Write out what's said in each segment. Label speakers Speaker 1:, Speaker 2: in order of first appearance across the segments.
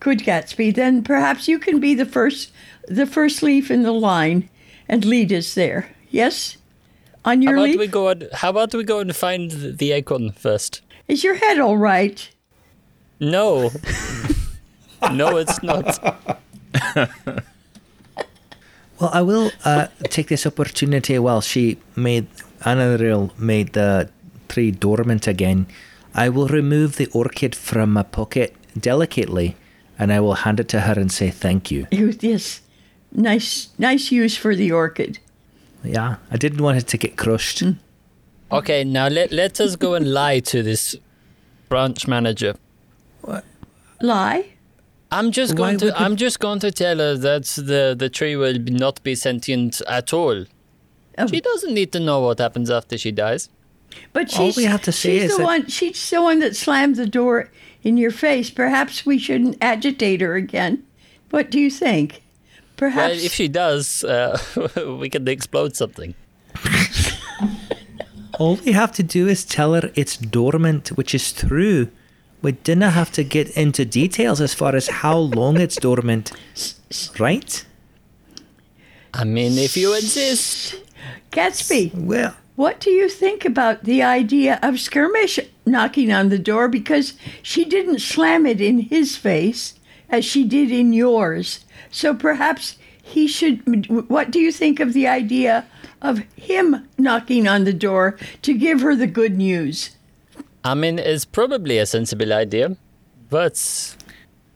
Speaker 1: could Gatsby, then perhaps you can be the first the first leaf in the line and lead us there. Yes? On
Speaker 2: How
Speaker 1: your
Speaker 2: about
Speaker 1: leaf?
Speaker 2: we go on? How about we go and find th- the acorn first?
Speaker 1: Is your head all right?
Speaker 2: No, no, it's not.
Speaker 3: Well, I will uh, take this opportunity while she made Anaril made the tree dormant again. I will remove the orchid from my pocket delicately, and I will hand it to her and say thank you.
Speaker 1: It was this nice nice use for the orchid.
Speaker 3: Yeah, I didn't want it to get crushed.
Speaker 2: Okay, now let let us go and lie to this branch manager.
Speaker 1: Lie?
Speaker 2: I'm just
Speaker 3: Why
Speaker 2: going to
Speaker 3: would you-
Speaker 2: I'm just going to tell her that the the tree will be- not be sentient at all.
Speaker 1: Oh.
Speaker 2: She doesn't need to know what happens after she dies.
Speaker 1: But she's,
Speaker 3: All we have to say
Speaker 1: she's
Speaker 3: is
Speaker 1: the
Speaker 3: that-
Speaker 1: one. She's the one that slammed the door in your face. Perhaps we shouldn't agitate her again. What do you think?
Speaker 2: Well,
Speaker 1: Perhaps
Speaker 2: if she does, uh, we can explode something.
Speaker 3: All we have to do is tell her it's dormant, which is true. We didn't have to get into details as far as how long it's dormant, right?
Speaker 2: I mean, if you insist.
Speaker 1: Gatsby,
Speaker 3: Well,
Speaker 1: what do you think about the idea of skirmish knocking on the door because she didn't slam it in his face as she did in yours? So perhaps he should. What do you think of the idea of him knocking on the door to give her the good news?
Speaker 2: I mean, it's probably a sensible idea, but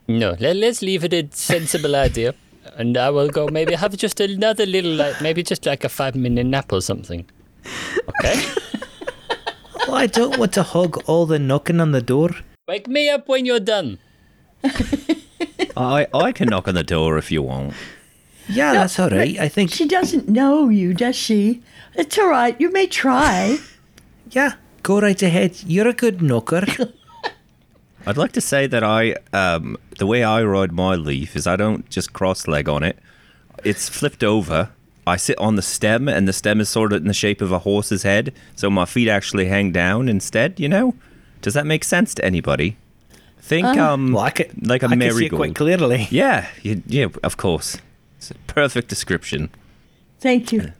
Speaker 2: no, let, let's leave it a sensible idea. And I will go maybe have just another little, like, maybe just like a five minute nap or something. Okay?
Speaker 3: well, I don't want to hog all the knocking on the door.
Speaker 2: Wake me up when you're done.
Speaker 4: I, I can knock on the door if you want.
Speaker 3: Yeah, that's all right. I think,
Speaker 1: She doesn't know you, does she? It's all right. You may try.
Speaker 3: yeah, go right ahead. You're a good knocker.
Speaker 4: I'd like to say that I, um, the way I ride my leaf is I don't just cross leg on it. It's flipped over. I sit on the stem, and the stem is sort of in the shape of a horse's head, so my feet actually hang down instead. You know, does that make sense to anybody? Think um,
Speaker 3: Well, I could,
Speaker 4: like a
Speaker 3: I could see it
Speaker 4: marigold.
Speaker 3: quite clearly.
Speaker 4: Yeah, you, yeah, of course. It's a perfect description.
Speaker 1: Thank you.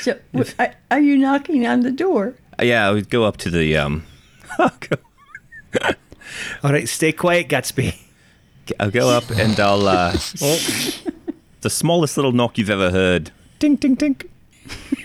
Speaker 1: so, w- are- are you knocking on the door?
Speaker 4: Uh, Yeah, I would go up to the um.
Speaker 3: All right, stay quiet, Gatsby.
Speaker 4: I'll go up and I'll Oh, uh, the smallest little knock you've ever heard. Tink, tink, tink.